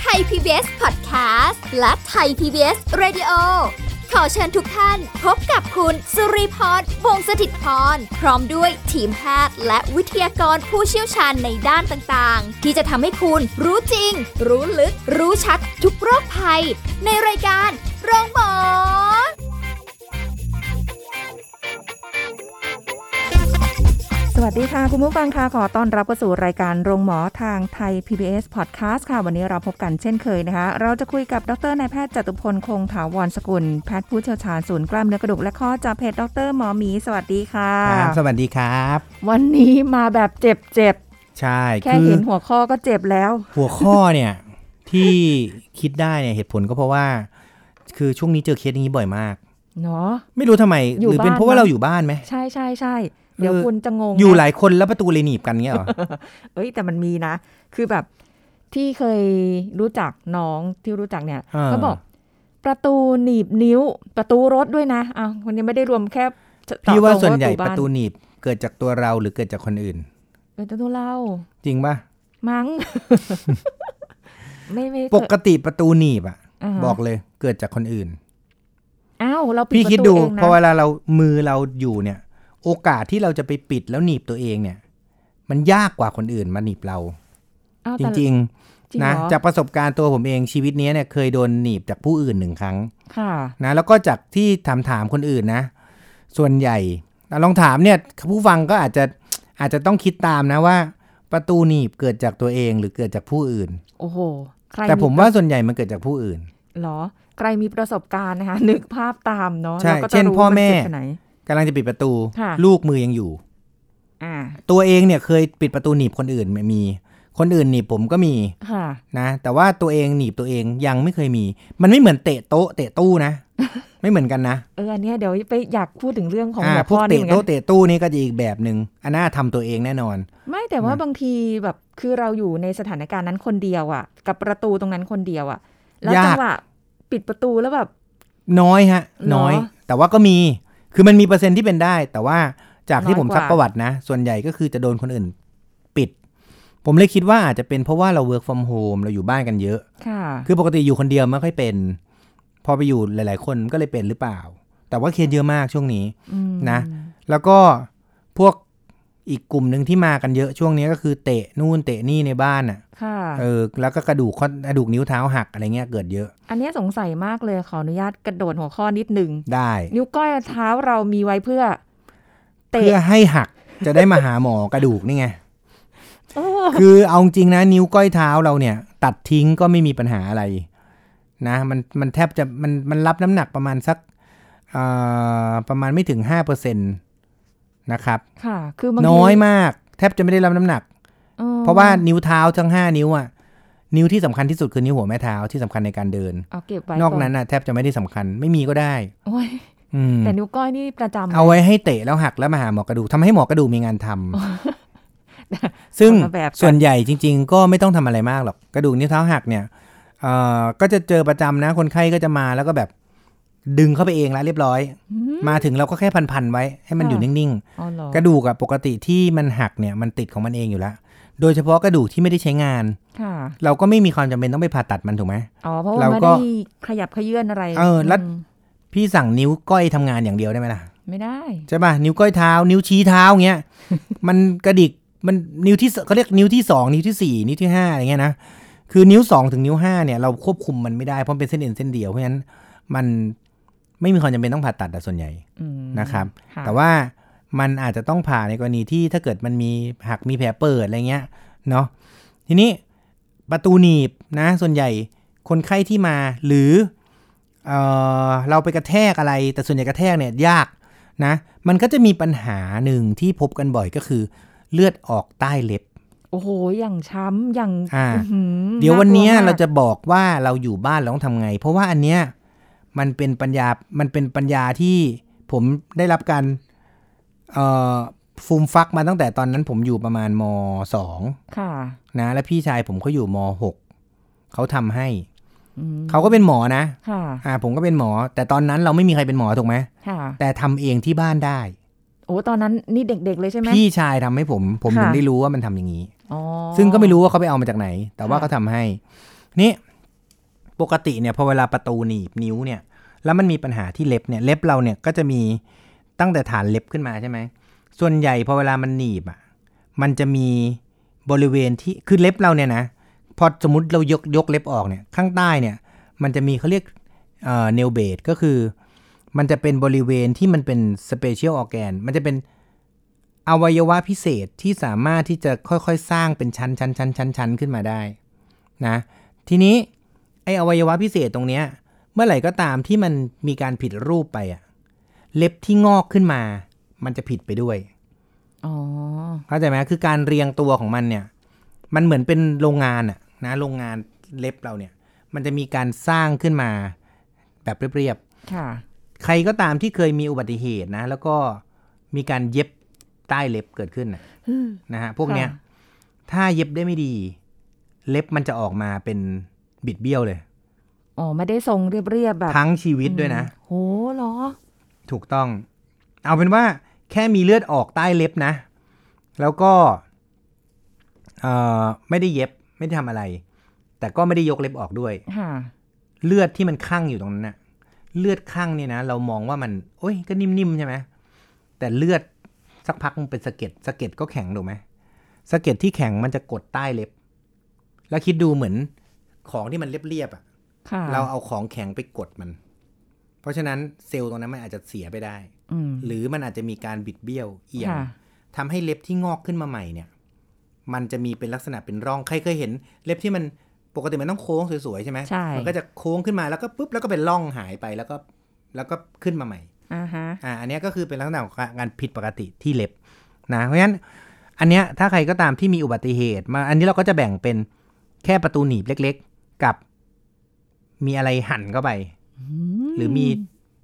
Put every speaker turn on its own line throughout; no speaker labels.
ไทย PBS Podcast และไทย PBS Radio ขอเชิญทุกท่านพบกับคุณ สุริพรวงศสถิตพร พร้อมด้วยทีมแพทย์และวิทยากรผู้เชี่ยวชาญในด้านต่างๆ ที่จะทำให้คุณรู้จริง รู้ลึก รู้ชัดทุกโรคภัย ในรายการโรงพยาบาล
สวัสดีค่ะ คุณผู้ฟังค่ะขอต้อนรับเข้าสู่รายการโรงหมอทางไทย PBS Podcast ค่ะ วันนี้เราพบกันเช่นเคยนะคะ เราจะคุยกับดรนายแพทย์จตุพลคงถาวรสกุล แพทย์ผู้เชี่ยวชาญศูนย์กล้ามเนื้อกระดูกและข้อจากเพจดรหมอหมี สวัสดีค่ะ
ครับสวัสดีครับ
วันนี้มาแบบเจ็บเจ็บ
ใช่
ๆแค่
คือ
เห็นหัวข้อก็เจ็บแล้ว
หัวข้อเนี่ย ที่คิดได้เนี่ยเหตุผลก็เพราะว่า คือช่วงนี้เจอเคสอย่างนี้บ่อยมาก
เนาะ
ไม่รู้ทำไม
อยู่
หรือเป็น
บ้าน
เพราะ
เน
ว่า
อะ
เราอยู่บ้านไหม
ใช่ใช่ใช่เดี๋ยว
เออ
คุณจะงง
อยู่
นะ
หลายคนแล้วประตูเลยหนีบกันเงี้ยเหรอ
เอ้ยแต่มันมีนะ คือแบบที่เคยรู้จักน้องที่รู้จักเนี่ย
อ่า
เขาบอกประตูหนีบนิ้ว ประตูรถด้วยนะอ้าวคนนี้ไม่ได้รวมแค่
พี่ว่าส่วนใหญ่
เจา
ประตู
บ้าน
หนีบเกิดจากตัวเราหรือเกิดจากคนอื่น
เป็นประตูเล่า
จริงปะ
มั้ ง ไม่ไม่
ปกติประตูหนีบอะ
าฮะ
บอกเลยเกิดจากคนอื่น
อ้าวเราปิ
พี่
ดประ
คิด
ตู
ดู
เอง
พ
นะ
อเวลาเรามือเราอยู่เนี่ย โอกาสที่เราจะไปปิดแล้วหนีบตัวเองเนี่ย มันยากกว่าคนอื่นมาหนีบเรา
อ้าว
จ
แต่
ริง ๆ
จริง
นะ
เหรอ
จากประสบการณ์ตัวผมเองชีวิตเนี้ยเนี่ยเคยโดนหนีบจากผู้อื่นหนึ่งครั้ง
ค่ะ
นะแล้วก็จากที่ถามถามคนอื่นนะ ส่วนใหญ่อ่ะลองถามเนี่ยผู้ฟังก็อาจจะอาจจะต้องคิดตามนะว่า ประตูหนีบเกิดจากตัวเองหรือเกิดจากผู้อื่น
โอ้โหใคร
แต่ผมว่าส่วนใหญ่มันเกิดจากผู้อื่น
เหรอใครมีประสบการณ์นะคะ นึกภาพตามเนาะ
ใช่
ราก็จะ
เช่น
รู้
พ่อแม่
นเจ็บขนาดไหน
กำลังจะปิดประตู
ค่ะ
ลูกมือยังอยู่
อ่า
ตัวเองเนี่ยเคยปิดประตูหนีบคนอื่นไม่มี คนอื่นหนีบผมก็มี
ค่ะ
นะแต่ว่าตัวเองหนีบตัวเองยังไม่เคยมี มันไม่เหมือนเตะโต๊ะเตะตู้ นะ ไม่เหมือนกันนะ
เอออันเนี้ยเดี๋ยวไปอยากพูดถึงเรื่องของ
อ่า
หัว
พว
ข้
ก
อนี่
เตะ
เหมือนกั
โต๊ะ
น
เตะตู้นี่ก็จะอีกแบบหนึ่งอันน่าทำตัวเองแน่นอน
ไม่แต่ว่า
นะ
บางทีแบบคือเราอยู่ในสถานการณ์นั้นคนเดียวอะ่ะ กับประตูตรงนั้นคนเดียวอะ่ะ แล้วจังหวะปิดประตูแล้วแบบ
น้อยฮะ น้อย
เหรอ
แต่ว่าก็มีคือมันมีเปอร์เซ็นต์ที่เป็นได้ แต่ว่าจากที่ผม
น้อยกว่า
ซักประวัตินะ ส่วนใหญ่ก็คือจะโดนคนอื่นปิด ผมเลยคิดว่าอาจจะเป็นเพราะว่าเรา work from home เราอยู่บ้านกันเยอะ
ค่ะ
คือปกติอยู่คนเดียวไม่ค่อยเป็น พอไปอยู่หลาย ๆ คนก็เลยเป็นหรือเปล่า แต่ว่าเคสเยอะมากช่วงนี้
อืม
นะ แล้วก็พวกอีกกลุ่มหนึ่งที่มากันเยอะช่วงนี้ก็คือเตะนู่นเตะนี่ในบ้านอ่ะ
ค่ะ
เออแล้วก็กระดูกข้อกระดูกนิ้วเท้าหักอะไรเงี้ยเกิดเยอะ
อันเนี้ยสงสัยมากเลยขออนุญาตกระโดดหัวข้อนิดหนึ่ง
ได้
นิ้วก้อยเท้าเรามีไว้เพื่อ เตะ
เพื่อให้หักจะได้มาหาหมอกระดูกนี่ไง
เออ
คือเอาจริงนะนิ้วก้อยเท้าเราเนี่ย ตัดทิ้งก็ไม่มีปัญหาอะไร นะมันมันแทบจะมันมันรับน้ำหนักประมาณสักเอ่อประมาณไม่ถึง5%นะครับ
ค่ะ คือบางที
น้อยมาก แทบจะไม่ได้รับน้ำหนัก
ออ
เพราะว่านิ้วเท้าทั้ง 5 นิ้วอะนิ้วที่สำคัญที่สุดคือนิ้วหัวแม่เท้าที่สำคัญในการเดิน
เอาเก็บไว้
นอก
ก่
นั้นอะแทบจะไม่ได้สำคัญไม่มีก็ได้
โอ้ย
อืม
แต่นิ้วก้อยนี่ประจำ
เอาไว้ให้เตะแล้วหักแล้วมาหาหมอกระดูกทำให้หมอกระดูกมีงานทำ ซึ่ง
คนละแบบกัน
ส่วนใหญ่จริง ๆ ก็ไม่ต้องทำอะไรมากหรอกกระดูกนิ้วเท้าหักเนี่ยเอ่อก็จะเจอประจำนะ คนไข้ก็จะมาแล้วก็แบบดึงเข้าไปเองแล้วเรียบร้อย
อืม
มาถึงเราก็แค่พันๆไว้ ให้มัน
ค่ะ
อยู่นิ่ง
อ๋อเหรอ
ๆ กระดูกอะปกติที่มันหักเนี่ยมันติดของมันเองอยู่แล้ว โดยเฉพาะกระดูกที่ไม่ได้ใช้งาน
ค่ะ
เราก็ไม่มีความจำเป็นต้องไปผ่าตัดมันถูกไหม
อ๋อเพราะว่า
เรา
ไม่
ก็
ได้ขยับขยื่นอะไร
เออแล้ว
ม
พี่สั่งนิ้วก้อยทำงานอย่างเดียวได้ไหมล่ะ
ไม่ได้
ใช่ป่ะนิ้วก้อยเท้า นิ้วชี้เท้าเงี้ย มันกระดิกมันนิ้วที่สเขาเรียกนิ้วที่สองนิ้วที่สี่นิ้วที่ห้าอะไรเงี้ยนะคือนิ้วสองถึงนิ้วห้าเนี่ยเราควบคุมมันไม่ได้เพราะมันเป็นเส้นเอ็นเส้นเดียวเพราะฉะนั้นมันไม่มีความจำเป็นต้องผ่าตัดอะส่วนใหญ่
อืม
นะครับ
ค่ะ
แต่ว่ามันอาจจะต้องผ่าในกรณีที่ถ้าเกิดมันมีหักมีแผลเปิดอะไรเงี้ยเนาะทีนี้ประตูหนีบนะส่วนใหญ่คนไข้ที่มาหรือเออเราไปกระแทกอะไร แต่ส่วนใหญ่กระแทกเนี่ยยากนะมันก็จะมีปัญหาหนึ่งที่พบกันบ่อยก็คือ เลือดออกใต้เล็บ
โอ้โห อย่างช้ำ อย่าง
อ่า
หืม
เดี๋ยววันเนี้ย
กลัมก
เราจะบอกว่าเราอยู่บ้านเราต้องทำไง เพราะว่าอันเนี้ยมันเป็นปัญญา มันเป็นปัญญาที่ผมได้รับการเอ่อฟูมฟักมาตั้งแต่ตอนนั้นผมอยู่ประมาณมสอง
ค่ะ
นะ และพี่ชายผมเขาอยู่มหกเขาทำให้
อืม
เขาก็เป็นหมอนะ
ค่ะ
อ่า ผมก็เป็นหมอ แต่ตอนนั้นเราไม่มีใครเป็นหมอถูกไหม
ค่ะ
แต่ทำเองที่บ้านได้
โอ้ตอนนั้นนี่เด็ก ๆ เลยใช่ไหม
พี่ชายทำให้ผม ผมถึง
ค่ะ
ได้รู้ว่ามันทำอย่างนี้
อ๋อ
ซึ่งก็ไม่รู้ว่าเขาไปเอามาจากไหน แต่ว่า
ค่ะ
เขาทำให้ นี่ปกติเนี่ยพอเวลาประตูหนีบนิ้วเนี่ย แล้วมันมีปัญหาที่เล็บเนี่ย เล็บเราเนี่ยก็จะมีตั้งแต่ฐานเล็บขึ้นมาใช่ไหม ส่วนใหญ่พอเวลามันหนีบอ่ะ มันจะมีบริเวณที่ คือเล็บเราเนี่ยนะ พอสมมติเรายกยกเล็บออกเนี่ย ข้างใต้เนี่ย มันจะมีเขาเรียกเอ่อเนลเบดก็คือ มันจะเป็นบริเวณที่มันเป็นสเปเชียลออแกน มันจะเป็น อวัยวะพิเศษที่สามารถที่จะค่อยๆ สร้างเป็นชั้นชั้นชั้นชั้นชั้นขึ้นมาได้นะ ทีนี้ไออวัยวะพิเศษตรงเนี้ย เมื่อไหร่ก็ตามที่มันมีการผิดรูปไปอะเล็บที่งอกขึ้นมา มันจะผิดไปด้วย
อ๋อ
เข้าใจไหมคือการเรียงตัวของมันเนี่ย มันเหมือนเป็นโรงงานอะนะโรงงานเล็บเราเนี่ย มันจะมีการสร้างขึ้นมาแบบเรียบๆ
ค่ะ
ใครก็ตามที่เคยมีอุบัติเหตุนะ แล้วก็มีการเย็บใต้เล็บเกิดขึ้นน่ะนะฮะพวกเนี้ย ถ้าเย็บได้ไม่ดี เล็บมันจะออกมาเป็นบิดเบี้ยวเลย
อ๋อไม่ได้ทรงเรียบๆแบบ
ทั้งชีวิตด้วยนะ
โหเหรอ
ถูกต้อง เอาเป็นว่าแค่มีเลือดออกใต้เล็บนะ แล้วก็เอ่อไม่ได้เย็บไม่ได้ทำอะไร แต่ก็ไม่ได้ยกเล็บออกด้วย
ค่ะ
เลือดที่มันคั่งอยู่ตรงนั้นน่ะ เลือดคั่งเนี่ยนะ เรามองว่ามัน โอ้ยก็นิ่มๆใช่ไหมแต่เลือดสักพักมันเป็นสะเก็ดสะเก็ดก็แข็งถูกไหมสะเก็ดที่แข็งมันจะกดใต้เล็บ แล้วคิดดูเหมือนของที่มันเรียบๆอ่ะ
ค่ะ
เราเอาของแข็งไปกดมัน เพราะฉะนั้นเซลล์ตรงนั้นมันอาจจะเสียไปได้
อืม
หรือมันอาจจะมีการบิดเบี้ยวเอียง
ค่ะ
ทำให้เล็บที่งอกขึ้นมาใหม่เนี่ย มันจะมีเป็นลักษณะเป็นร่องใครเคยเห็น เล็บที่มันปกติมันต้องโค้งสวยๆใช่ไหม
ใช่
มันก็จะโค้งขึ้นมาแล้วก็ปุ๊บแล้วก็เป็นร่องหายไปแล้วก็แล้วก็ขึ้นมาใหม่
อ่าฮะ
อ่า อันเนี้ยก็คือเป็นลักษณะของการผิดปกติที่เล็บนะ เพราะฉะนั้นอันเนี้ยถ้าใครก็ตามที่มีอุบัติเหตุมา อันนี้เราก็จะแบ่งเป็นแค่ประตูหนีบเล็ก ๆ กับมีอะไรหั่นเข้าไป หรือมี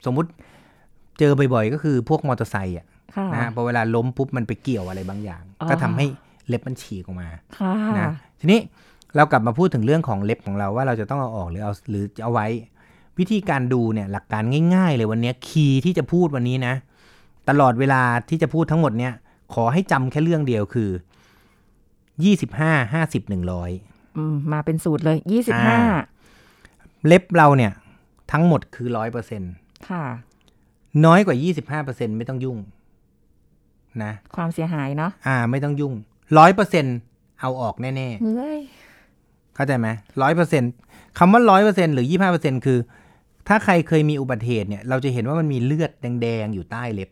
สมมุติเจอบ่อยๆ ก็คือพวกมอเตอร์ไซค์อ่ะ
ค่ะ
นะฮะพอเวลาล้มปุ๊บมันไปเกี่ยวอะไรบางอย่าง
อ๋อ
ก็ทำให้เล็บมันฉีกออกมา
ค่ะ
นะทีนี้เรากลับมาพูดถึงเรื่องของเล็บของเราว่าเราจะต้องเอาออกหรือเอาหรือเอาไว้ วิธีการดูเนี่ยหลักการง่ายๆ เลยวันเนี้คีย์ที่จะพูดวันนี้นะ ตลอดเวลาที่จะพูดทั้งหมดเนี่ย ขอให้จำแค่เรื่องเดียวคือยี่สิบห้าห้าสิบหนึ่งร้อย
อืมมาเป็นสูตรเลยยี่สิบห้า
อ่า เล็บเราเนี่ย ทั้งหมดคือร้อยเปอร์เซ็น
ค่ะ
น้อยกว่ายี่สิบห้าเปอร์เซ็นไม่ต้องยุ่งนะ
ความเสียหายเนาะ
อ่าไม่ต้องยุ่งร้อยเปอร์เซ็นเอาออกแน่ๆ
เฮ้ย
เข้าใจไหมร้อยเปอร์เซ็นต์คำว่าร้อยเปอร์เซ็นต์หรือยี่ห้าเปอร์เซ็นต์คือ ถ้าใครเคยมีอุบัติเหตุเนี่ย เราจะเห็นว่ามันมีเลือดแดงๆ อยู่ใต้เล็บ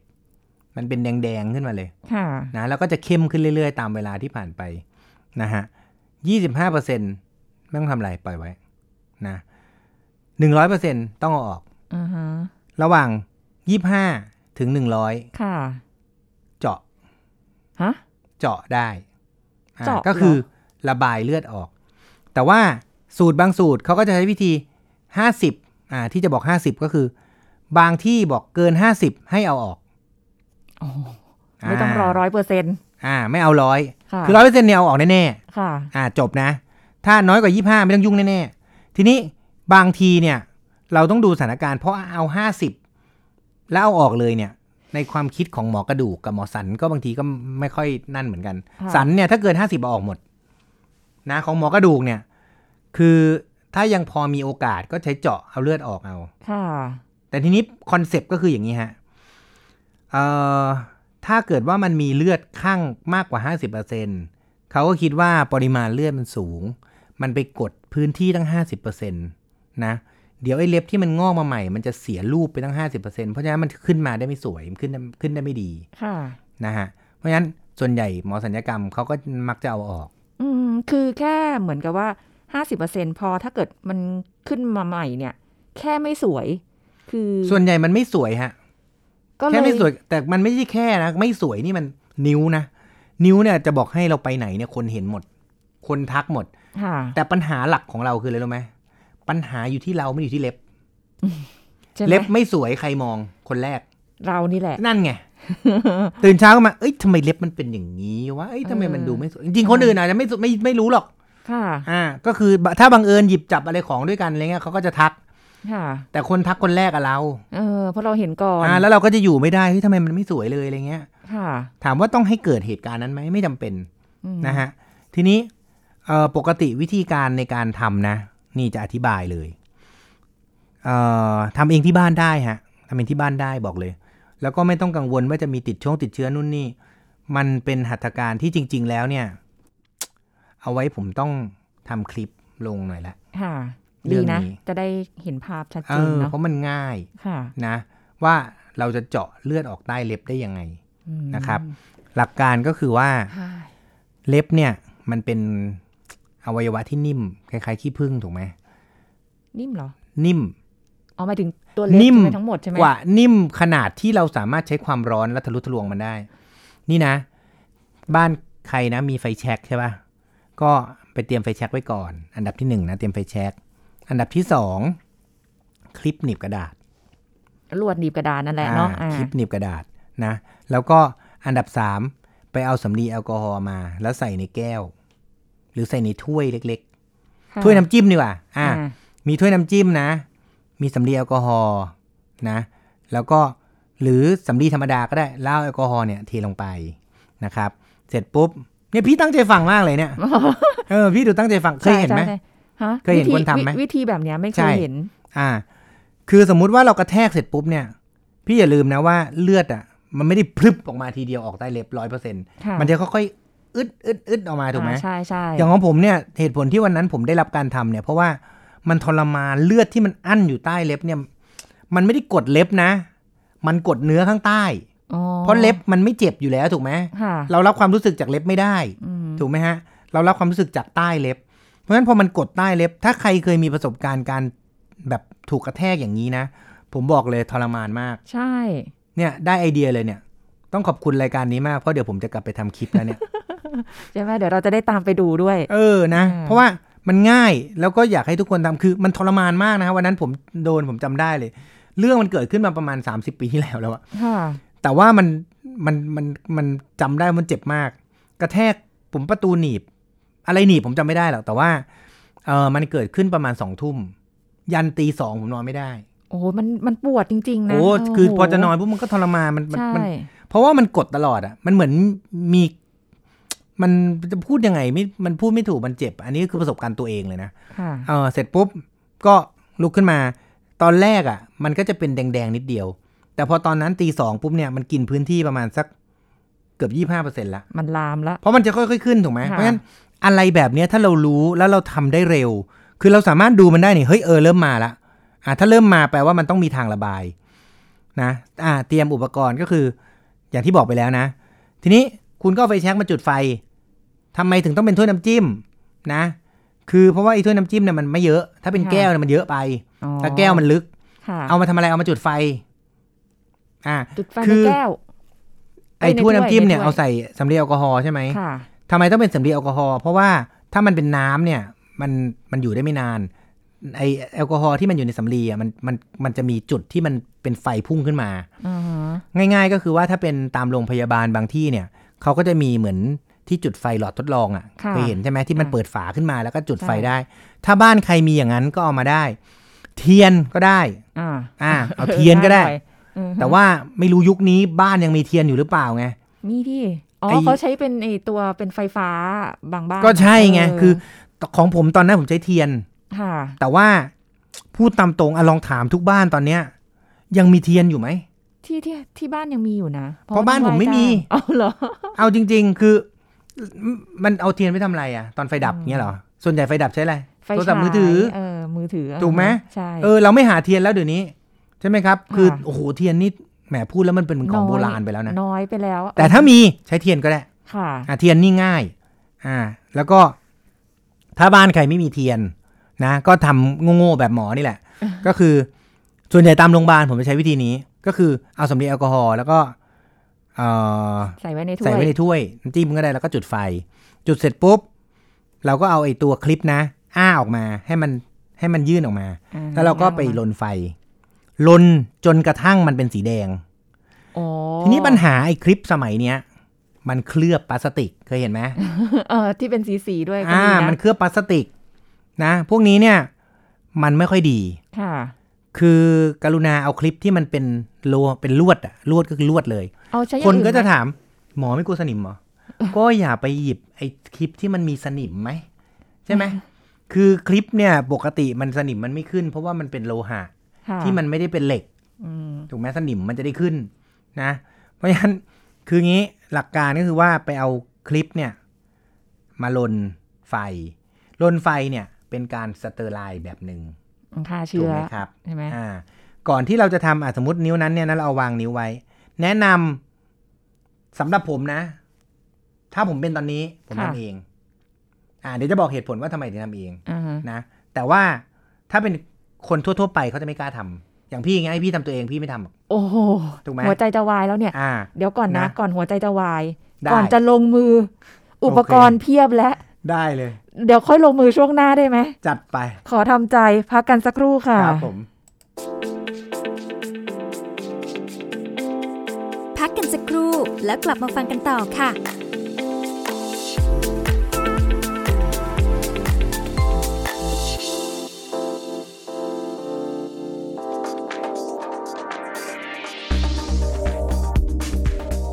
มันเป็นแดงๆ ขึ้นมาเลย
ค่ะ
นะ แล้วก็จะเข้มขึ้นเรื่อยๆ ตามเวลาที่ผ่านไปนะฮะยี่สิบห้าเปอร์เซ็นต์ไม่ต้องทำอะไร ปล่อยไว้นะหนึ่งร้อยเปอร์เซ็นต์ต้องเอาออก
อ่าฮะ
ระหว่างยี่ห้าถึงหนึ่งร้อย
ค่ะ
เจาะ
ฮะ
เจาะได้อ่
เจาะ
ก็คือ
เหร
ระบายเลือดออก แต่ว่าสูตรบางสูตรเขาก็จะใช้วิธี 50อ่าที่จะบอก 50 ก็คือ บางที่บอกเกิน 50 ให้เอาออก
โอ้ไม่ต้องรอร้อยเปอร์เซ็นต์
อ่า ไม่เอาร้อย
ค่ะ
คือร้อยเปอร์เซ็นต์เนี่ยเอาออกแน่
ค่ะ
ๆอ่าจบนะ ถ้าน้อยกว่า 25 ไม่ต้องยุ่งแน่ๆ ทีนี้บางทีเนี่ย เราต้องดูสถานการณ์เพราะเอา 50 แล้วเอาออกเลยเนี่ย ในความคิดของหมอกระดูกกับหมอสันก็บางทีก็ไม่ค่อยนั่นเหมือนกัน
ค่ะ
สันเนี่ยถ้าเกิน 50เอาออกหมดนะของหมอกระดูกเนี่ย คือถ้ายังพอมีโอกาสก็ใช้เจาะเอาเลือดออกเอา
ค่ะ
แต่ทีนี้คอนเซปต์ก็คืออย่างนี้ฮะเอ่อถ้าเกิดว่ามันมีเลือดข้างมากกว่า 50%เขาก็คิดว่าปริมาณเลือดมันสูง มันไปกดพื้นที่ตั้ง 50%นะ เดี๋ยวไอ้เล็บที่มันงอกมาใหม่ มันจะเสียรูปไปตั้ง 50%เพราะฉะนั้นมันขึ้นมาได้ไม่สวย ขึ้นได้ขึ้นได้ไม่ดี
ค่ะ
นะฮะ เพราะฉะนั้นส่วนใหญ่หมอสัญญกรรมเขาก็มักจะเอาออก
อืมคือแค่เหมือนกับว่าห้าสิบเปอร์เซ็นพอถ้าเกิดมันขึ้นมาใหม่เนี่ย แค่ไม่สวย คือ
ส่วนใหญ่มันไม่สวยฮะ
ก็เลย
แค่ไม่สวยแต่มันไม่ใช่แค่นะไม่สวยนี่มันนิ้วนะนิ้วเนี่ยจะบอกให้เราไปไหนเนี่ยคนเห็นหมด คนทักหมด
ค่ะ
แต่ปัญหาหลักของเราคืออะไรรู้ไหมปัญหาอยู่ที่เราไม่อยู่ที่เล็บ
ใช่ไหม
เล็บไม่สวยใครมองคนแรก
เรานี่แหละ
นั่นไง ตื่นเช้าขึ้นมาเอ้ยทำไมเล็บมันเป็นอย่างนี้วะเอ้ยทำไมมันดูไม่สวยจริงๆคนอื่นอาจจะไม่สวยไม่ไม่รู้หรอก
ค่ะ
อ่าก็คือถ้าบังเอิญหยิบจับอะไรของด้วยกันอะไรเงี้ยเขาก็จะทัก
ค่ะ
แต่คนทักคนแรกอะเรา
เออเพราะเราเห็นก่อน
อ่าแล้วเราก็จะอยู่ไม่ได้ที่ทำไมมันไม่สวยเลยอะไรเงี้ย
ค่ะ
ถามว่าต้องให้เกิดเหตุการณ์นั้นไหมไม่จำเป็น
อืม
นะฮะทีนี้เอ่อปกติวิธีการในการทำนะ นี่จะอธิบายเลยเอ่อทำเองที่บ้านได้ฮะทำเองที่บ้านได้บอกเลย แล้วก็ไม่ต้องกังวลว่าจะมีติดช่วงติดเชื้อนู่นนี่ มันเป็นหัตถการที่จริง ๆ แล้วเนี่ย เอาไว้ผมต้องทำคลิปลงหน่อยละ
ค่ะดี
เรื่อง
นะ
นี้
จะได้เห็นภาพชัด
เอ
เจน
อ
เนาะ
เพราะมันง่าย
ค่ะ
นะ ว่าเราจะเจาะเลือดออกใต้เล็บได้ยังไง
อืม
นะครับ หลักการก็คือว่า
ค่ะ
เล็บเนี่ยมันเป็นอวัยวะที่นิ่ม คล้ายๆขี้ผึ้งถูกไหม
นิ่มเหรอ
นิ่ม
อ๋อหมายถึงตัวเล็ก
นิ่ม
ใช่ไหมทั้งหมดใช่ไหม
กว่านิ่มขนาดที่เราสามารถใช้ความร้อนและทะลุทะลวงมันได้ นี่นะ บ้านใครนะมีไฟแช็กใช่ปะ่ะก็ไปเตรียมไฟแช็กไว้ก่อน อันดับที่หนึ่งนะเตรียมไฟแช็กอันดับที่สองคลิปหนีบกระดาษ
ลวดหนีบกระดานนั่นแหละเนาะ
อ่
อ่า
คลิปหนีบกระดาษนะแล้วก็อันดับสามไปเอาสำลีแอลกอฮอล์มา แล้วใส่ในแก้ว หรือใส่ในถ้วยเล็ก
ค่ะ
ๆ ถ้วยน้ำจิ้มดีกว่าอ่า
อ่า
มีถ้วยน้ำจิ้มนะ มีสำลีแอลกอฮอล์นะ แล้วก็หรือสำลีธรรมดาก็ได้เหล้าแอลกอฮอล์เนี่ยเทลงไปนะครับ เสร็จปุ๊บเนี่ยพี่ตั้งใจฟังมากเลยเนี่ย เออพี่ดูตั้งใจฟังเคยเห็นไหม
ใช่ใช่ใช่ฮะ
เคยเห็น
วิธี
คนทำไหม
วิวิธีแบบเนี้ยไม่เค
ใช่
ยเห็น
อ่า คือสมมุติว่าเรากระแทกเสร็จปุ๊บเนี่ย พี่อย่าลืมนะว่าเลือดอ่ะ มันไม่ได้พรึบออกมาทีเดียวออกใต้เล็บร้อยเปอร์เซ็นต์
ค่
มันจะค่อยๆอึดอึดอึดออกมาถูกไหม
อ่าใช่ใช่
อย่างของผมเนี่ยเหตุผลที่วันนั้นผมได้รับการทำเนี่ย เพราะว่ามันทรมานเลือดที่มันอั้นอยู่ใต้เล็บเนี่ย มันไม่ได้กดเล็บนะ มันกดเนื้อข้างใต้
อ๋อ
เพราะเล็บมันไม่เจ็บอยู่แล้วถูกไหม
ค่ะ
เรารับความรู้สึกจากเล็บไม่ได้
อืม
ถูกไหมฮะ เรารับความรู้สึกจากใต้เล็บ เพราะฉะนั้นพอมันกดใต้เล็บ ถ้าใครเคยมีประสบการณ์การแบบถูกกระแทกอย่างนี้นะ ผมบอกเลยทรมานมาก
ใช่
เนี่ยได้ไอเดียเลยเนี่ย ต้องขอบคุณรายการนี้มากเพราะเดี๋ยวผมจะกลับไปทำคลิปแล้วเนี่ย
ใช่ไหมเดี๋ยวเราจะได้ตามไปดูด้วย
เออ นะ
อ่า
เพราะว่ามันง่ายแล้วก็อยากให้ทุกคนทำคือมันทรมานมากนะฮะวันนั้นผมโดนผมจำได้เลย เรื่องมันเกิดขึ้นมาประมาณ 30 ปีที่แล้วแล้วอะ
ค่ะ
แต่ว่ามันมันมันมันจำได้มันเจ็บมาก กระแทกผมประตูหนีบ อะไรหนีบผมจำไม่ได้หรอกแต่ว่าเออมันเกิดขึ้นประมาณสองทุ่ม ยันตีสองผมนอนไม่ได้
โอ้โหมันมันปวดจริง ๆ นะ
โอ้
เ
คือพอจะนอนปุ๊บมันก็ทรมานมันมัน
ใช่
มัน เพราะว่ามันกดตลอดอะมันเหมือนมี มันจะพูดยังไงไม่มันพูดไม่ถูกมันเจ็บ อันนี้คือประสบการณ์ตัวเองเลยนะ
ค่ะ
เออเสร็จปุ๊บก็ลุกขึ้นมาตอนแรกอะ่ะ มันก็จะเป็นแดง ๆ นิดเดียว แต่พอตอนนั้นตีสองปุ๊บเนี่ยมันกินพื้นที่ประมาณสักเกือบยี่ห้าเปอร์เซ็นต์ละ
มันลามละ
เพราะมันจะค่อย ๆ ขึ้นถูกไหม
ค่ะ
เพราะฉะนั้นอะไรแบบเนี้ยถ้าเรารู้แล้วเราทำได้เร็ว คือเราสามารถดูมันได้นี่เฮ้ยเออเริ่มมาละอ่าถ้าเริ่มมาแปลว่ามันต้องมีทางระบายนะอ่าเตรียมอุปกรณ์ก็คือ อย่างที่บอกไปแล้วนะ ทีนี้คุณก็เอาไฟแช็กมาจุดไฟทำไมถึงต้องเป็นถ้วยน้ำจิ้มนะ คือเพราะว่าไอ้ถ้วยน้ำจิ้มเนี่ยมันไม่เยอะ ถ้าเป็น
ค่ะ
แก้วเนี่ยมันเยอะไป
อ๋อ
ถ้าแก้วมันลึก
ค่ะ
เอามาทำอะไรเอามาจุดไฟ อ่า
จุดไฟ
คื
ใน
อ
แก้ว
ไอ้ถ้วยน้ำจิ้มเนี่ย
ในถ้วย
เอาใส่สำลีแอลกอฮอล์ใช่ไหม
ค่ะ
ทำไมต้องเป็นสำลีแอลกอฮอล์เพราะว่าถ้ามันเป็นน้ำเนี่ยมันมันอยู่ได้ไม่นาน ไอแอลกอฮอล์ที่มันอยู่ในสำลีอ่ะมันมันมันจะมีจุดที่มันเป็นไฟพุ่งขึ้นมา
อือฮะ
ง่ายๆ ก็คือว่าถ้าเป็นตามโรงพยาบาลบางที่เนี่ยเขาก็จะมีเหมือนที่จุดไฟหลอดทดลองอะ่ะ
ค่ะ
เคยเห็นใช่ไหมที่มัน
ค่ะ
เปิดฝาขึ้นมาแล้วก็จุดไฟ
ใช่
ได้ ถ้าบ้านใครมีอย่างนั้นก็เอามาได้ เทียนก็ได้
อ่า
อ่า เอาเทียน ก็ได้
หาหน่อยอือฮะ
แต่ว่าไม่รู้ยุคนี้บ้านยังมีเทียนอยู่หรือเปล่าไง
นี่ที่อ๋อ
ไอ้
เขาใช้เป็นไอตัวเป็นไฟฟ้าบางบ้าน
ก็ใช่ไง
เ
คือของผมตอนนั้นผมใช้เทียน
ค่ะ
แต่ว่าพูดตามตรงอะลองถามทุกบ้านตอนเนี้ย ยังมีเทียนอยู่ไหม
ที่ที่ที่บ้านยังมีอยู่นะ
เพราะบ้านผมไม่มี
ว่เจ้าเอาเหรอ
เอาจริง ๆ คือมันเอาเทียนไปทำอะไรอะตอนไฟดับ
อืม
เงี้ยเหรอส่วนใหญ่ไฟดับใช้อะไร
ไฟ
โทรศัพท์
ฉาย
มือถือ
เออมือถือ
ถูกไหม
ใช่
เออเราไม่หาเทียนแล้วเดี๋ยวนี้ ใช่ไหมครับ
ค่ะ
คือโอ้โหเทียนนี่แหมพูดแล้วมันเป็นของโบราณไปแล้วนะ
น้อยไปแล้ว
แต่ถ้ามีใช้เทียนก็ได้
ค่ะ
อ่ะเทียนนี่ง่าย อ่า แล้วก็ถ้าบ้านใครไม่มีเทียนนะ ก็ทำโง่ๆแบบหมอ นี่แหละ ก็คือ ส่วนใหญ่ตามโรงพยาบาลผมจะใช้วิธีนี้ ก็คือเอาสำลีแอลกอฮอล์แล้วก็เอ่อ
ใส่ไว้ในถ้วย
ใส่ไว้ในถ้วยน้ำจิ้มก็ได้แล้วก็จุดไฟ จุดเสร็จปุ๊บ เราก็เอาไอ้ตัวคลิปนะ อ้าออกมาให้มันให้มันยื่นออกมา
อ่
แล้วเราก็ไปลนไฟ ลนจนกระทั่งมันเป็นสีแดง
อ๋อ
ทีนี้ปัญหาไอ้คลิปสมัยเนี้ย มันเคลือบพลาสติกเคยเห็นไหม
เออที่เป็นสีสีๆด้วยก็
อ่า
ดี
มัน
นะ
เคลือบพลาสติกนะ พวกนี้เนี่ย มันไม่ค่อยดี
ค่ะ
คือกรุณาเอาคลิปที่มันเป็นโลเป็นลวดอะลวดก็คือลวดเลย
เอาใช้อย่า
คน
งอื่
ก็จะ
ไหม
ถาม หมอไม่กลัวสนิมเหรอ ก็อย่าไปหยิบไอ้คลิปที่มันมีสนิมไหม ใช่ไหม คือคลิปเนี่ย ปกติมันสนิมมันไม่ขึ้น เพราะว่ามันเป็นโลหะ
ค่ะ
ที่มันไม่ได้เป็นเหล็ก
อืม
ถูกไหมสนิมมันจะได้ขึ้นนะ เพราะฉะนั้นคืองี้หลักการก็คือว่าไปเอาคลิปเนี่ย มาลนไฟ ลนไฟเนี่ยเป็นการสเตอร์ไลน์แบบหนึ่ง
ฆ่า
ถู
เชื้
ก
อ
ไหมครับ
ใช่ไหม
อ่าก่อนที่เราจะทำอ่ะสมมตินิ้วนั้นเนี่ยนะเราเอาวางนิ้วไว้ แนะนำสำหรับผมนะ ถ้าผมเป็นตอนนี้ผมทำเอง อ่าเดี๋ยวจะบอกเหตุผลว่าทำไมถึงทำเอง
อ่าฮะ
นะแต่ว่าถ้าเป็นคนทั่ว ๆ ไปเขาจะไม่กล้าทำอย่างพี่ไงยให้พี่ทำตัวเองพี่ไม่ทำหรอก
โอ้โห
ถูกไหม
หัวใจจะวายแล้วเนี่ย
อ่า
เดี๋ยวก่อนนะ
นะ
ก่อนหัวใจจะวาย
ได้
ก่อนจะลงมือ อุปกรณ์เพียบและ
ได้เลย
เดี๋ยวค่อยลงมือช่วงหน้าได้ไหม
จัดไป
ขอทำใจพักกันสักครู่ค่ะ
ครับผม
พักกันสักครู่แล้วกลับมาฟังกันต่อค่ะ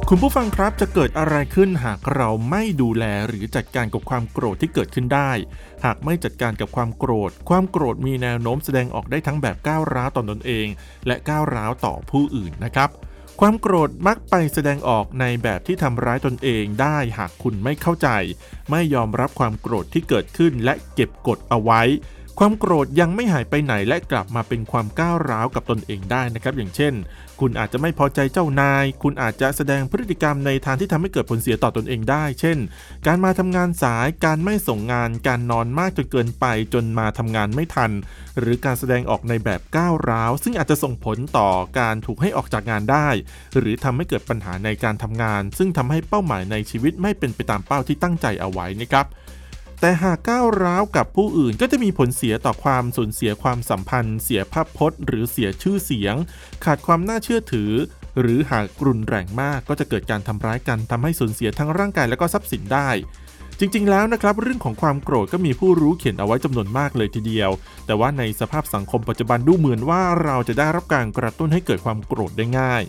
คุณผู้ฟังครับจะเกิดอะไรขึ้นหากเราไม่ดูแลหรือจัดการกับความโกรธที่เกิดขึ้นได้ หากไม่จัดการกับความโกรธ ความโกรธมีแนวโน้มแสดงออกได้ทั้งแบบก้าวร้าวต่อตนเอง และก้าวร้าวต่อผู้อื่นนะครับ ความโกรธมักไปแสดงออกในแบบที่ทำร้ายตนเองได้หากคุณไม่เข้าใจ ไม่ยอมรับความโกรธที่เกิดขึ้นและเก็บกดเอาไว้ ความโกรธยังไม่หายไปไหนและกลับมาเป็นความก้าวร้าวกับตนเองได้นะครับ อย่างเช่น คุณอาจจะไม่พอใจเจ้านาย คุณอาจจะแสดงพฤติกรรมในทางที่ทำให้เกิดผลเสียต่อตนเองได้ เช่น การมาทำงานสาย การไม่ส่งงาน การนอนมากจนเกินไปจนมาทำงานไม่ทัน หรือการแสดงออกในแบบก้าวร้าว ซึ่งอาจจะส่งผลต่อการถูกให้ออกจากงานได้ หรือทำให้เกิดปัญหาในการทำงาน ซึ่งทำให้เป้าหมายในชีวิตไม่เป็นไปตามเป้าที่ตั้งใจเอาไว้นะครับ แต่หากก้าวร้าวกับผู้อื่นก็จะมีผลเสียต่อความสูญเสียความสัมพันธ์ เสียภาพพจน์ หรือเสียชื่อเสียง ขาดความน่าเชื่อถือ หรือหากรุนแรงมากก็จะเกิดการทำร้ายกันทำให้สูญเสียทั้งร่างกายและก็ทรัพย์สินได้ จริงๆ แล้วนะครับ เรื่องของความโกรธก็มีผู้รู้เขียนเอาไว้จำนวนมากเลยทีเดียว แต่ว่าในสภาพสังคมปัจจุบันดูเหมือนว่าเราจะได้รับการกระตุ้นให้เกิดความโกรธได้ง่าย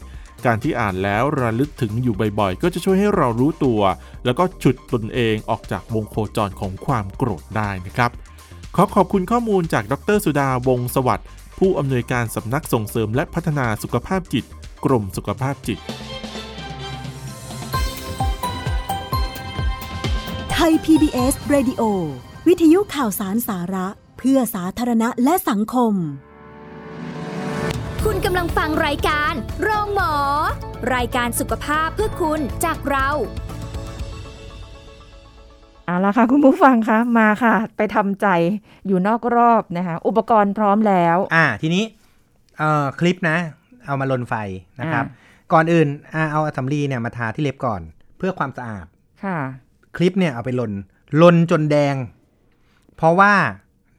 การที่อ่านแล้วระลึกถึงอยู่บ่อยๆ ก็จะช่วยให้เรารู้ตัว แล้วก็ฉุดตนเองออกจากวงโคจรของความโกรธได้นะครับ ขอขอบคุณข้อมูลจากดรสุดาวงศ์สวัสดิ์ผู้อำนวยการสำนักส่งเสริมและพัฒนาสุขภาพจิต กรมสุขภาพจิต
ไทย PBS Radio วิทยุข่าวสารสาระ เพื่อสาธารณะและสังคม
คุณกำลังฟังรายการโรงหมอ รายการสุขภาพเพื่อคุณจากเรา
เอาละค่ะ คุณผู้ฟังคะมาค่ะ ไปทำใจอยู่นอกรอบนะคะ อุปกรณ์พร้อมแล้ว
อ่า ทีนี้เอ่อคลิปนะ เอามาลนไฟนะครับ
อ่
ก่อนอื่นอ่าเอาสำลีเนี่ยมาทาที่เล็บก่อน เพื่อความสะอาด
ค่ะ
คลิปเนี่ยเอาไปลนลนจนแดง เพราะว่า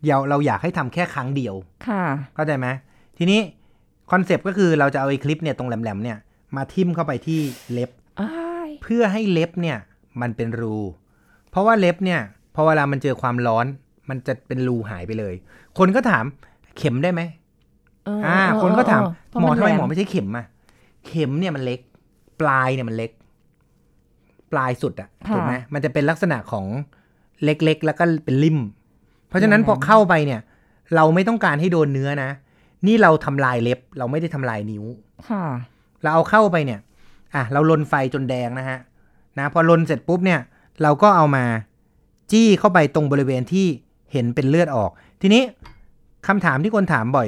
เราเราอยากให้ทำแค่ครั้งเดียว
ค่ะ
เข้าใจไหมทีนี้คอนเซปต์ก็คือเราจะเอาไอ้คลิปเนี่ยตรงแหลมๆเนี่ยมาทิ่มเข้าไปที่เล็บ
อ้าย
เพื่อให้เล็บเนี่ยมันเป็นรู เพราะว่าเล็บเนี่ยพอเวลามันเจอความร้อน มันจะเป็นรูหายไปเลย คนก็ถามเข็มได้ไหม
เอออ่
อ่า คนก็ถาม
เเพราะ
หมอทำไม
แล
หมอไม่ใช่เข็มอ่ะเข็มเนี่ยมันเล็ก ปลายเนี่ยมันเล็ก ปลายสุดอ่ะถูกไหมมันจะเป็นลักษณะของเล็กๆ แล้วก็เป็นริม เพราะฉะนั้นพอเข้าไปเนี่ย เราไม่ต้องการให้โดนเนื้อนะ นี่เราทำลายเล็บ เราไม่ได้ทำลายนิ้ว
ค่ะ
เราเอาเข้าไปเนี่ย อ่ะ เราลนไฟจนแดงนะฮะ นะ พอลนเสร็จปุ๊บเนี่ย เราก็เอามาจี้เข้าไปตรงบริเวณที่เห็นเป็นเลือดออก ทีนี้คำถามที่คนถามบ่อย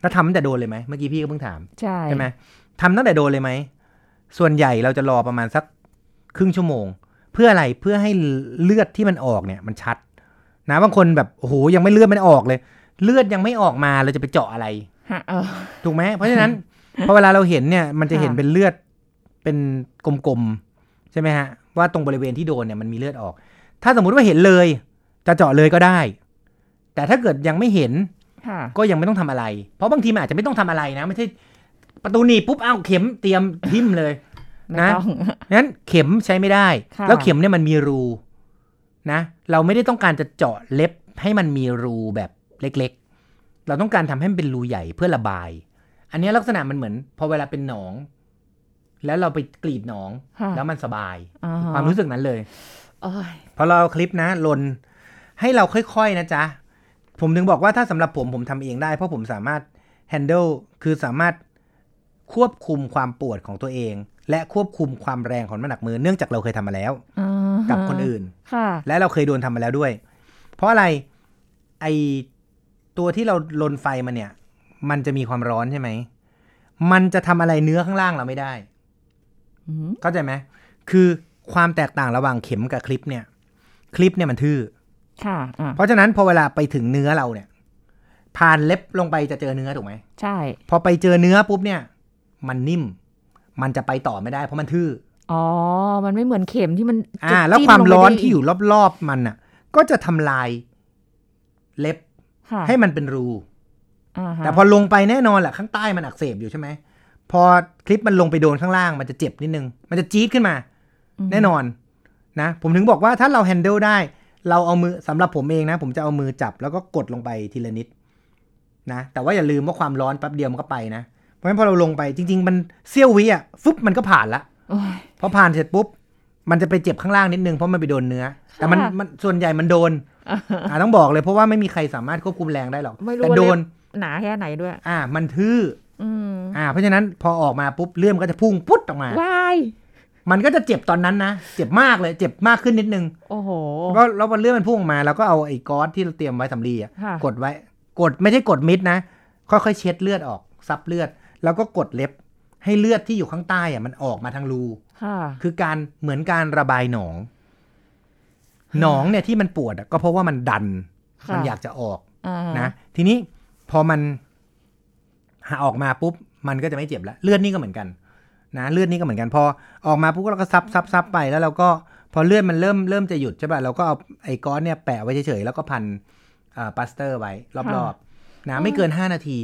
เราทำตั้งแต่โดนเลยไหม เมื่อกี้พี่ก็เพิ่งถาม
ใช่
ใช่ไหมทำตั้งแต่โดนเลยไหม ส่วนใหญ่เราจะรอประมาณสักครึ่งชั่วโมง เพื่ออะไรเพื่อให้เลือดที่มันออกเนี่ยมันชัด นะบางคนแบบโอ้โหยังไม่เลือดมันออกเลย เลือดยังไม่ออกมาเราจะไปเจาะอะไร
ฮะเออ
ถูกไหมเพราะฉะนั้น พอเวลาเราเห็นเนี่ย มันจะเห็น
ค่ะ
เป็นเลือดเป็นกลมๆใช่ไหมฮะ ว่าตรงบริเวณที่โดนเนี่ยมันมีเลือดออก ถ้าสมมุติว่าเห็นเลย จะเจาะเลยก็ได้ แต่ถ้าเกิดยังไม่เห็น
ค่ะ
ก็ยังไม่ต้องทำอะไร เพราะบางทีมันอาจจะไม่ต้องทำอะไรนะ ไม่ใช่ประตูหนีบปุ๊บเอ้าเข็มเตรียมทิ่มเลย
ไม่
นะ
ต้อง
งั้นเข็มใช้ไม่ได้
ค่ะ
แล้วเข็มเนี่ยมันมีรูนะ เราไม่ได้ต้องการจะเจาะเล็บให้มันมีรูแบบเล็กๆ เราต้องการทำให้มันเป็นรูใหญ่เพื่อระบาย อันเนี้ยลักษณะมันเหมือน พอเวลาเป็นหนอง แล้วเราไปกรีดหนอง
ค่ะ
แล้วมันสบาย
อ่ฮะ
ความรู้สึกนั้นเลย
โอ้ย
พอเราเอาคลิปนะลนให้เราค่อยๆนะจ๊ะ ผมถึงบอกว่าถ้าสำหรับผมผมทำเองได้ เพราะผมสามารถ handle คือสามารถควบคุมความปวดของตัวเอง และควบคุมความแรงของน้ำหนักมือเนื่องจากเราเคยทำมาแล้ว
อ่าฮะ
กับคนอื่น
ค่ะ
และเราเคยโดนทำมาแล้วด้วย เพราะอะไรไอตัวที่เราลนไฟมันเนี่ย มันจะมีความร้อนใช่ไหม มันจะทำอะไรเนื้อข้างล่างเราไม่ได้
อืม
เข้าใจไหม คือความแตกต่างระหว่างเข็มกับคลิปเนี่ย คลิปเนี่ยมันทื่อ
ค่ะอ่ะ
เพราะฉะนั้นพอเวลาไปถึงเนื้อเราเนี่ย ผ่านเล็บลงไปจะเจอเนื้อถูกไหม
ใช่
พอไปเจอเนื้อปุ๊บเนี่ย มันนิ่ม มันจะไปต่อไม่ได้เพราะมันทื่อ
อ๋อ มันไม่เหมือนเข็มที่มัน
อ่า
จะ
แล้ว
จิ้
ความ
ลงไป
ร้อน
ได้
ที่อยู่รอบๆมันน่ะ ก็จะทำลายเล็บ
ค่ะ
ให้มันเป็นรู
อ่าฮะ
แต่พอลงไปแน่นอนแหละข้างใต้มันอักเสบอยู่ใช่ไหม พอคลิปมันลงไปโดนข้างล่างมันจะเจ็บนิดนึง มันจะจี๊ดขึ้นมา
ม
แน่นอนนะ ผมถึงบอกว่าถ้าเราแฮนเดิลได้ เราเอามือสำหรับผมเองนะ ผมจะเอามือจับแล้วก็กดลงไปทีละนิดนะ แต่ว่าอย่าลืมว่าความร้อนแป๊บเดียวมันก็ไปนะ เพราะฉะนั้นพอเราลงไปจริง ๆ มันเซี่ยววิอ่ะฟึบมันก็ผ่านละ
โอ้ย
พอผ่านเสร็จปุ๊บ มันจะไปเจ็บข้างล่างนิดนึงเพราะมันไปโดนเนื้อ แต่มัน
ค่ะ
มันส่วนใหญ่มันโด นอ่าต้องบอกเลยเพราะว่าไม่มีใครสามารถควบคุมแรงได้หรอก
ไม่รู้
แต่
ว่า
โด
เล็บ
น
หนาแค่ไหนด้วย
อ่า มันทื่อ
อืม
อ่า เพราะฉะนั้นพอออกมาปุ๊บเลื่อมก็จะพุ่งปุ๊ดออกมา
วาย
มันก็จะเจ็บตอนนั้นนะเจ็บมากเลยเจ็บมากขึ้นนิดนึง
โอ้โห
ก็แล้วพอเลื่อนมันพุ่งออกมาเราก็เอาไอ้ก๊อซที่เราเตรียมไว้สำลีอะ
ค่ะ
กดไว้ กดไม่ใช่กดมิดนะ ค่อยๆเช็ดเลือดออกซับเลือด แล้วก็กดเล็บให้เลือดที่อยู่ข้างใต้อะมันออกมาทางรู
ค่ะ
คือการเหมือนการระบายหนอง หนองเนี่ยที่มันปวดอะก็เพราะว่ามันดัน
ค่ะ
มันอยากจะออก
อ่าฮ
นะทีนี้พอมันหาออกมาปุ๊บมันก็จะไม่เจ็บแล้วเลือดนี่ก็เหมือนกัน นะเลือดนี่ก็เหมือนกันพอออกมาปุ๊บเราก็ซับซับซับไปแล้วเราก็พอเลือดมันเริ่มเริ่มจะหยุดใช่ป่ะเราก็เอาไอ้ก้อนเนี่ยแปะไว้เฉยๆแล้วก็พันอ่าปลาสเตอร์ไว้รอบๆนะไม่เกินห้านาที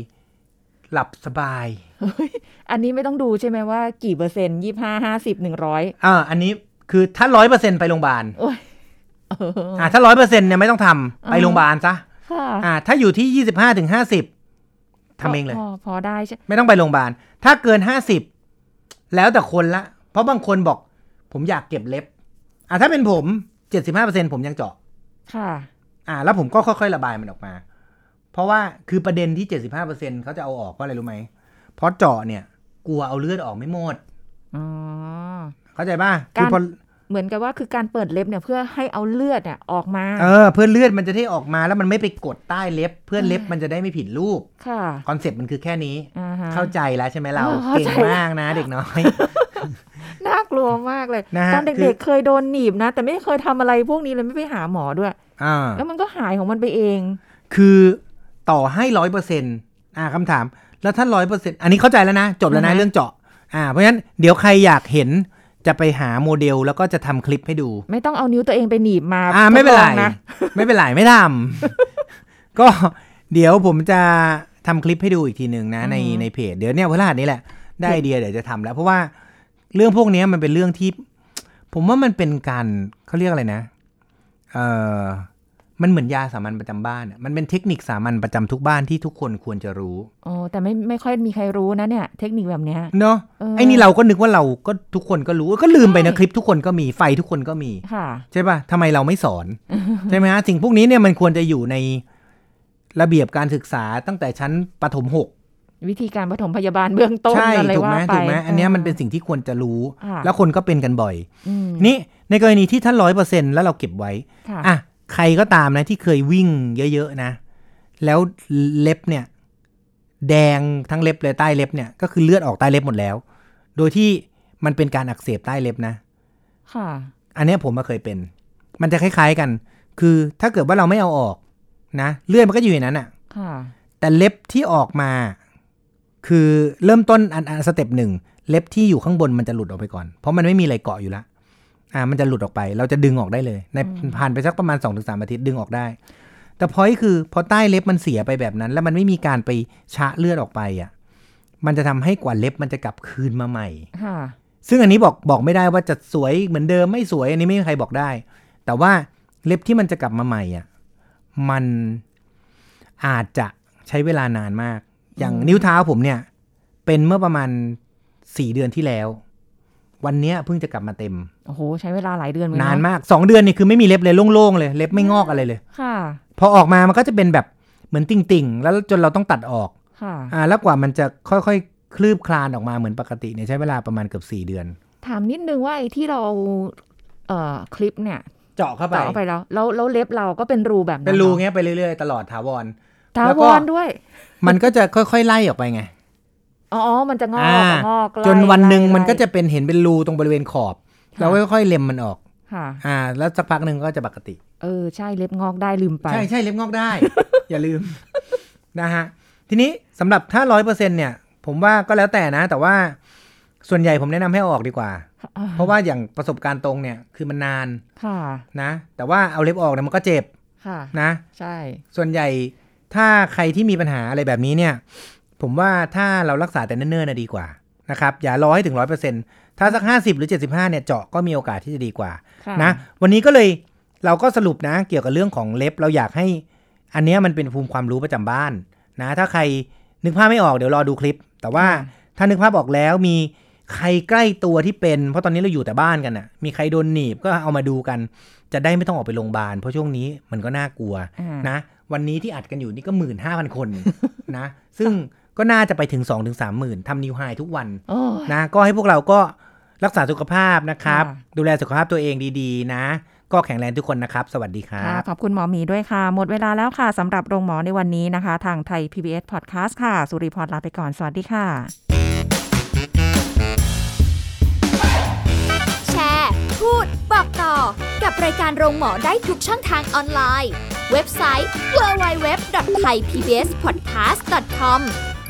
หลับสบาย
อันนี้ไม่ต้องดูใช่ไหมว่ากี่เปอร์เซ็นต์ยี่ห้าห้าสิบหนึ่งร้อย
อ่าอันนี้คือถ้าร้อยเปอร์เซ็นไปโรงพยาบาล
โอ้ยเออ
อ่าถ้าร้อยเปอร์เซ็นเนี่ยไม่ต้องทำไป
อ่า
โรงพยาบาลซะ
ค่ะ
อ่าถ้าอยู่ที่ยี่สิบห้าถึงห้าสิบทำเองเลย
พอพอได้ใช่
ไม่ต้องไปโรงพยาบาล ถ้าเกินห้าสิบแล้วแต่คนละ เพราะบางคนบอก ผมอยากเก็บเล็บ อ่ะถ้าเป็นผมเจ็ดสิบห้าเปอร์เซ็นผมยังเจาะ
ค่ะ
อ่ะแล้วผมก็ค่อยๆ ระบายมันออกมา เพราะว่าคือประเด็นที่เจ็ดสิบห้าเปอร์เซ็นเขาจะเอาออกเพราะอะไรรู้ไหม เพราะเจาะเนี่ย กลัวเอาเลือดออกไม่หมด
อ๋อ
เข้าใจป่ะคื
กา
อ
ร
พอ
เหมือนกับว่าคือการเปิดเล็บเนี่ยเพื่อให้เอาเลือดเนี่ยออกมา
เออเพื่อเลือดมันจะได้ออกมาแล้วมันไม่ไปกดใต้เล็บ เพื่อเล็บมันจะได้ไม่ผิดรูป
ค่ะ
คอนเซ็ปต์มันคือแค่นี้
อ่าฮะ
เข้าใจแล้วใช่ไหมเรา
เออเข้า
เก่ง
ใจ
มากนะ เด็กน้อย
น่ากลัวมากเลย
นะฮะ
ตอน
คื
เด็
อ
กๆเคยโดนหนีบนะ แต่ไม่เคยทำอะไรพวกนี้เลยไม่ไปหาหมอด้วย
อ่า
แล้วมันก็หายของมันไปเอง
คือต่อให้ร้อยเปอร์เซ็นต์อ่าคำถาม แล้วถ้าร้อยเปอร์เซ็นต์อันนี้เข้าใจแล้วนะ จบแล้วนะ
อือฮะ
เรื่องเจาะ อ่า เพราะฉะนั้นเดี๋ยวใครอยากเห็นจะไปหาโมเดลแล้วก็จะทำคลิปให้ดู
ไม่ต้องเอานิ้วตัวเองไปหนีบมา
อ่าไม่เป็นไร
ทดลองนะ
ไม่เป็นไรไม่ท ำ ก็เดี๋ยวผมจะทำคลิปให้ดูอีกทีหนึ่งนะ ในในเพจเดี๋ยวเนี่ยพฤหัสนี้แหละ ได้ไอเดียเดี๋ยวจะทำแล้ว เพราะว่าเรื่องพวกเนี้ยมันเป็นเรื่องที่ ผมว่ามันเป็นการเขาเรียกอะไรนะเออมันเหมือนยาสามัญประจำบ้านอะมันเป็นเทคนิคสามัญประจำทุกบ้านที่ทุกคนควรจะรู้
โอ้แต่ไม่ไม่ค่อยมีใครรู้นะเนี่ย เทคนิคแบบเนี้ย
เนาะ
เออ
ไอ้นี่เราก็นึกว่าเราก็ทุกคนก็รู้ก็ลืมไปนะคลิปทุกคนก็มีไฟทุกคนก็มี
ค่ะ
ใช่ป่ะทำไมเราไม่สอน ใช่ไหมฮะ สิ่งพวกนี้เนี่ยมันควรจะอยู่ในระเบียบการศึกษาตั้งแต่ชั้นประถมหก
วิธีการปฐมพยาบาลเบื้องต้น
ใช่
อะไร
ถูก
ว่า
ไหม
ไป
ถูกไหมอันเนี้ยมันเป็น
อ
สิ่งที่ควรจะรู้
ค่ะ
แล้วคนก็เป็นกันบ่อย
อืม
นี่ในกรณีที่ถ้าร้อยเปอร์เซ็นแล้วเราเก็บไว้
ค่ะ
อ่ะ ใครก็ตามนะที่เคยวิ่งเยอะ ๆ นะ แล้วเล็บเนี่ย แดงทั้งเล็บเลยใต้เล็บเนี่ย ก็คือเลือดออกใต้เล็บหมดแล้ว โดยที่มันเป็นการอักเสบใต้เล็บนะ
ค่ะ
อันเนี้ยผมมาเคยเป็น มันจะคล้ายๆกัน คือถ้าเกิดว่าเราไม่เอาออกนะเลือดมันก็อยู่ในนั้นอะ
ค่ะ
แต่เล็บที่ออกมา คือเริ่มต้นอันอันสเต็ปหนึ่งเล็บที่อยู่ข้างบนมันจะหลุดออกไปก่อน เพราะมันไม่มีอะไรเกาะอยู่ละอ่า มันจะหลุดออกไป เราจะดึงออกได้เลย ในผ่านไปสักประมาณ2อถึงสอาทิตย์ดึงออกได้ แต่พอยคือพอใต้เล็บมันเสียไปแบบนั้น แล้วมันไม่มีการไปชะเลือดออกไปอะ่ะ มันจะทำให้กว่าเล็บมันจะกลับคืนมาใหม่
ค่ะ
ซึ่งอันนี้บอกบอกไม่ได้ว่าจะสวยเหมือนเดิมไม่สวยอันนี้ไม่มีใครบอกได้ แต่ว่าเล็บที่มันจะกลับมาใหม่อ่ะมันอาจจะใช้เวลานานมาก อย่างนิ้วเท้าผมเนี่ย เป็นเมื่อประมาณสี่เดือนที่แล้ว วันเนี้ยเพิ่งจะกลับมาเต็ม
โอ้โห ใช้เวลาหลายเดือนเหมือน
นา
กัน
มากสองเดือนนี่คือไม่มีเล็บเลยโล่งๆเลยเล็บไม่งอกอะไรเลย
ค่ะ
พอออกมามันก็จะเป็นแบบเหมือนติ่งๆ แล้วจนเราต้องตัดออก
ค่ะ
อ่าแล้วกว่ามันจะค่อยๆ คลืบคลานออกมาเหมือนปกติเนี่ยใช้เวลาประมาณเกือบ4 เดือน
ถามนิดนึงว่าไอ้ที่เราเอ่อคลิปเนี่ย
เจาะเข้าไป
ต่อไปแล้วแล้วแล้วเล็บเราก็เป็นรูแบบนั้น
เป็นรู
หอ
เงี้ยไปเรื่อยๆ ตลอดถาวร
ถา
แล้ว
ว
ก็
รด้วย
มันก็จะค่อยๆ ไล่ออกไปไง
อ๋ออ๋อมันจะงอก
อ่า
งอกไล่
จนวันหนึ่ง
ไล่
มันก็
ไล่
จะเป็นเห็นเป็นรูตรงบริเวณขอบ
ค่ะ
เราค่อยๆ เล็มมันออก
ค่ะ
อ่า แล้วสักพักหนึ่งก็จะปกติ
เออใช่เล็บงอกได้ลืมไป
ใช่ใช่เล็บงอกได้ อย่าลืม นะฮะ ทีนี้สำหรับถ้าร้อยเปอร์เซ็นเนี่ย ผมว่าก็แล้วแต่นะ แต่ว่าส่วนใหญ่ผมแนะนำให้เอาออกดีกว่า เพราะว่าอย่างประสบการณ์ตรงเนี่ยคือมันนาน
ค่ะ
นะ แต่ว่าเอาเล็บออกเนี่ยมันก็เจ็บ
ค่ะ
นะ
ใช่
ส่วนใหญ่ถ้าใครที่มีปัญหาอะไรแบบนี้เนี่ย ผมว่าถ้าเรารักษาแต่เนิ่นๆนะดีกว่านะครับอย่ารอให้ถึงร้อยเปอร์เซ็นถ้าสักห้าสิบหรือเจ็ดสิบห้าเนี่ยเจาะก็มีโอกาสที่จะดีกว่า
ค่ะ
นะวันนี้ก็เลยเราก็สรุปนะเกี่ยวกับเรื่องของเล็บเราอยากให้ อันเนี้ยมันเป็นภูมิความรู้ประจำบ้านนะถ้าใครนึกภาพไม่ออกเดี๋ยวรอดูคลิป แต่ว่าถ้านึกภาพออกแล้วมีใครใกล้ตัวที่เป็น เพราะตอนนี้เราอยู่แต่บ้านกันน่ะมีใครโดนหนีบก็เอามาดูกัน จะได้ไม่ต้องออกไปโรงพยาบาลเพราะช่วงนี้มันก็น่ากลัว
อ่า
นะวันนี้ที่อัดกันอยู่นี่ก็หมื่นห้าพันคน นะซึ่งก็น่าจะไปถึง2องถึงสามหมื่นทำนิวไฮทุกวัน
โอ้ย
นะก็ให้พวกเราก็รักษาสุขภาพนะครับ
ค่ะ
ดูแลสุขภาพตัวเองดีๆ นะ ก็แข็งแรงทุกคนนะครับ สวัสดีครั
ค่ะ
บ
ขอบคุณหมอหมีด้วยค่ะ หมดเวลาแล้วค่ะสำหรับโรงหมอในวันนี้นะคะ ทางไทย PBS Podcast ค่ะ สุริพรลาไปก่อน สวัสดีค่ะ
แชร์ พูด บอกต่อกับรายการโรงหมอได้ทุกช่องทางออนไลน์ เว็บไซต์ www.thaipbspodcast.com